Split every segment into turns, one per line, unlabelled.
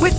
With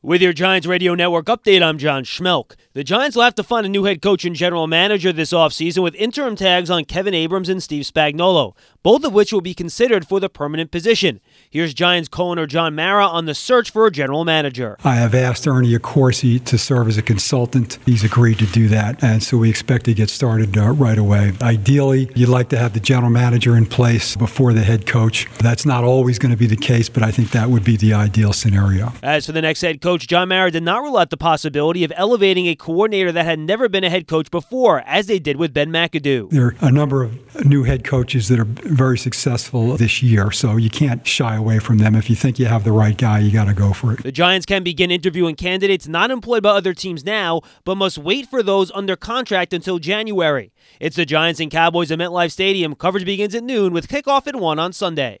With your Giants Radio Network update, I'm John Schmelk. The Giants will have to find a new head coach and general manager this offseason with interim tags on Kevin Abrams and Steve Spagnuolo, both of which will be considered for the permanent position. Here's Giants co-owner John Mara on the search for a general manager.
I have asked Ernie Accorsi to serve as a consultant. He's agreed to do that, and so we expect to get started uh, right away. Ideally, you'd like to have the general manager in place before the head coach. That's not always going to be the case, but I think that would be the ideal scenario.
As for the next head coach, John Mara did not rule out the possibility of elevating a coordinator that had never been a head coach before, as they did with Ben McAdoo.
There are a number of new head coaches that are very successful this year, so you can't shy away from them. If you think you have the right guy, you got to go for it.
The Giants can begin interviewing candidates not employed by other teams now, but must wait for those under contract until January. It's the Giants and Cowboys at MetLife Stadium. Coverage begins at noon with kickoff at 1 on Sunday.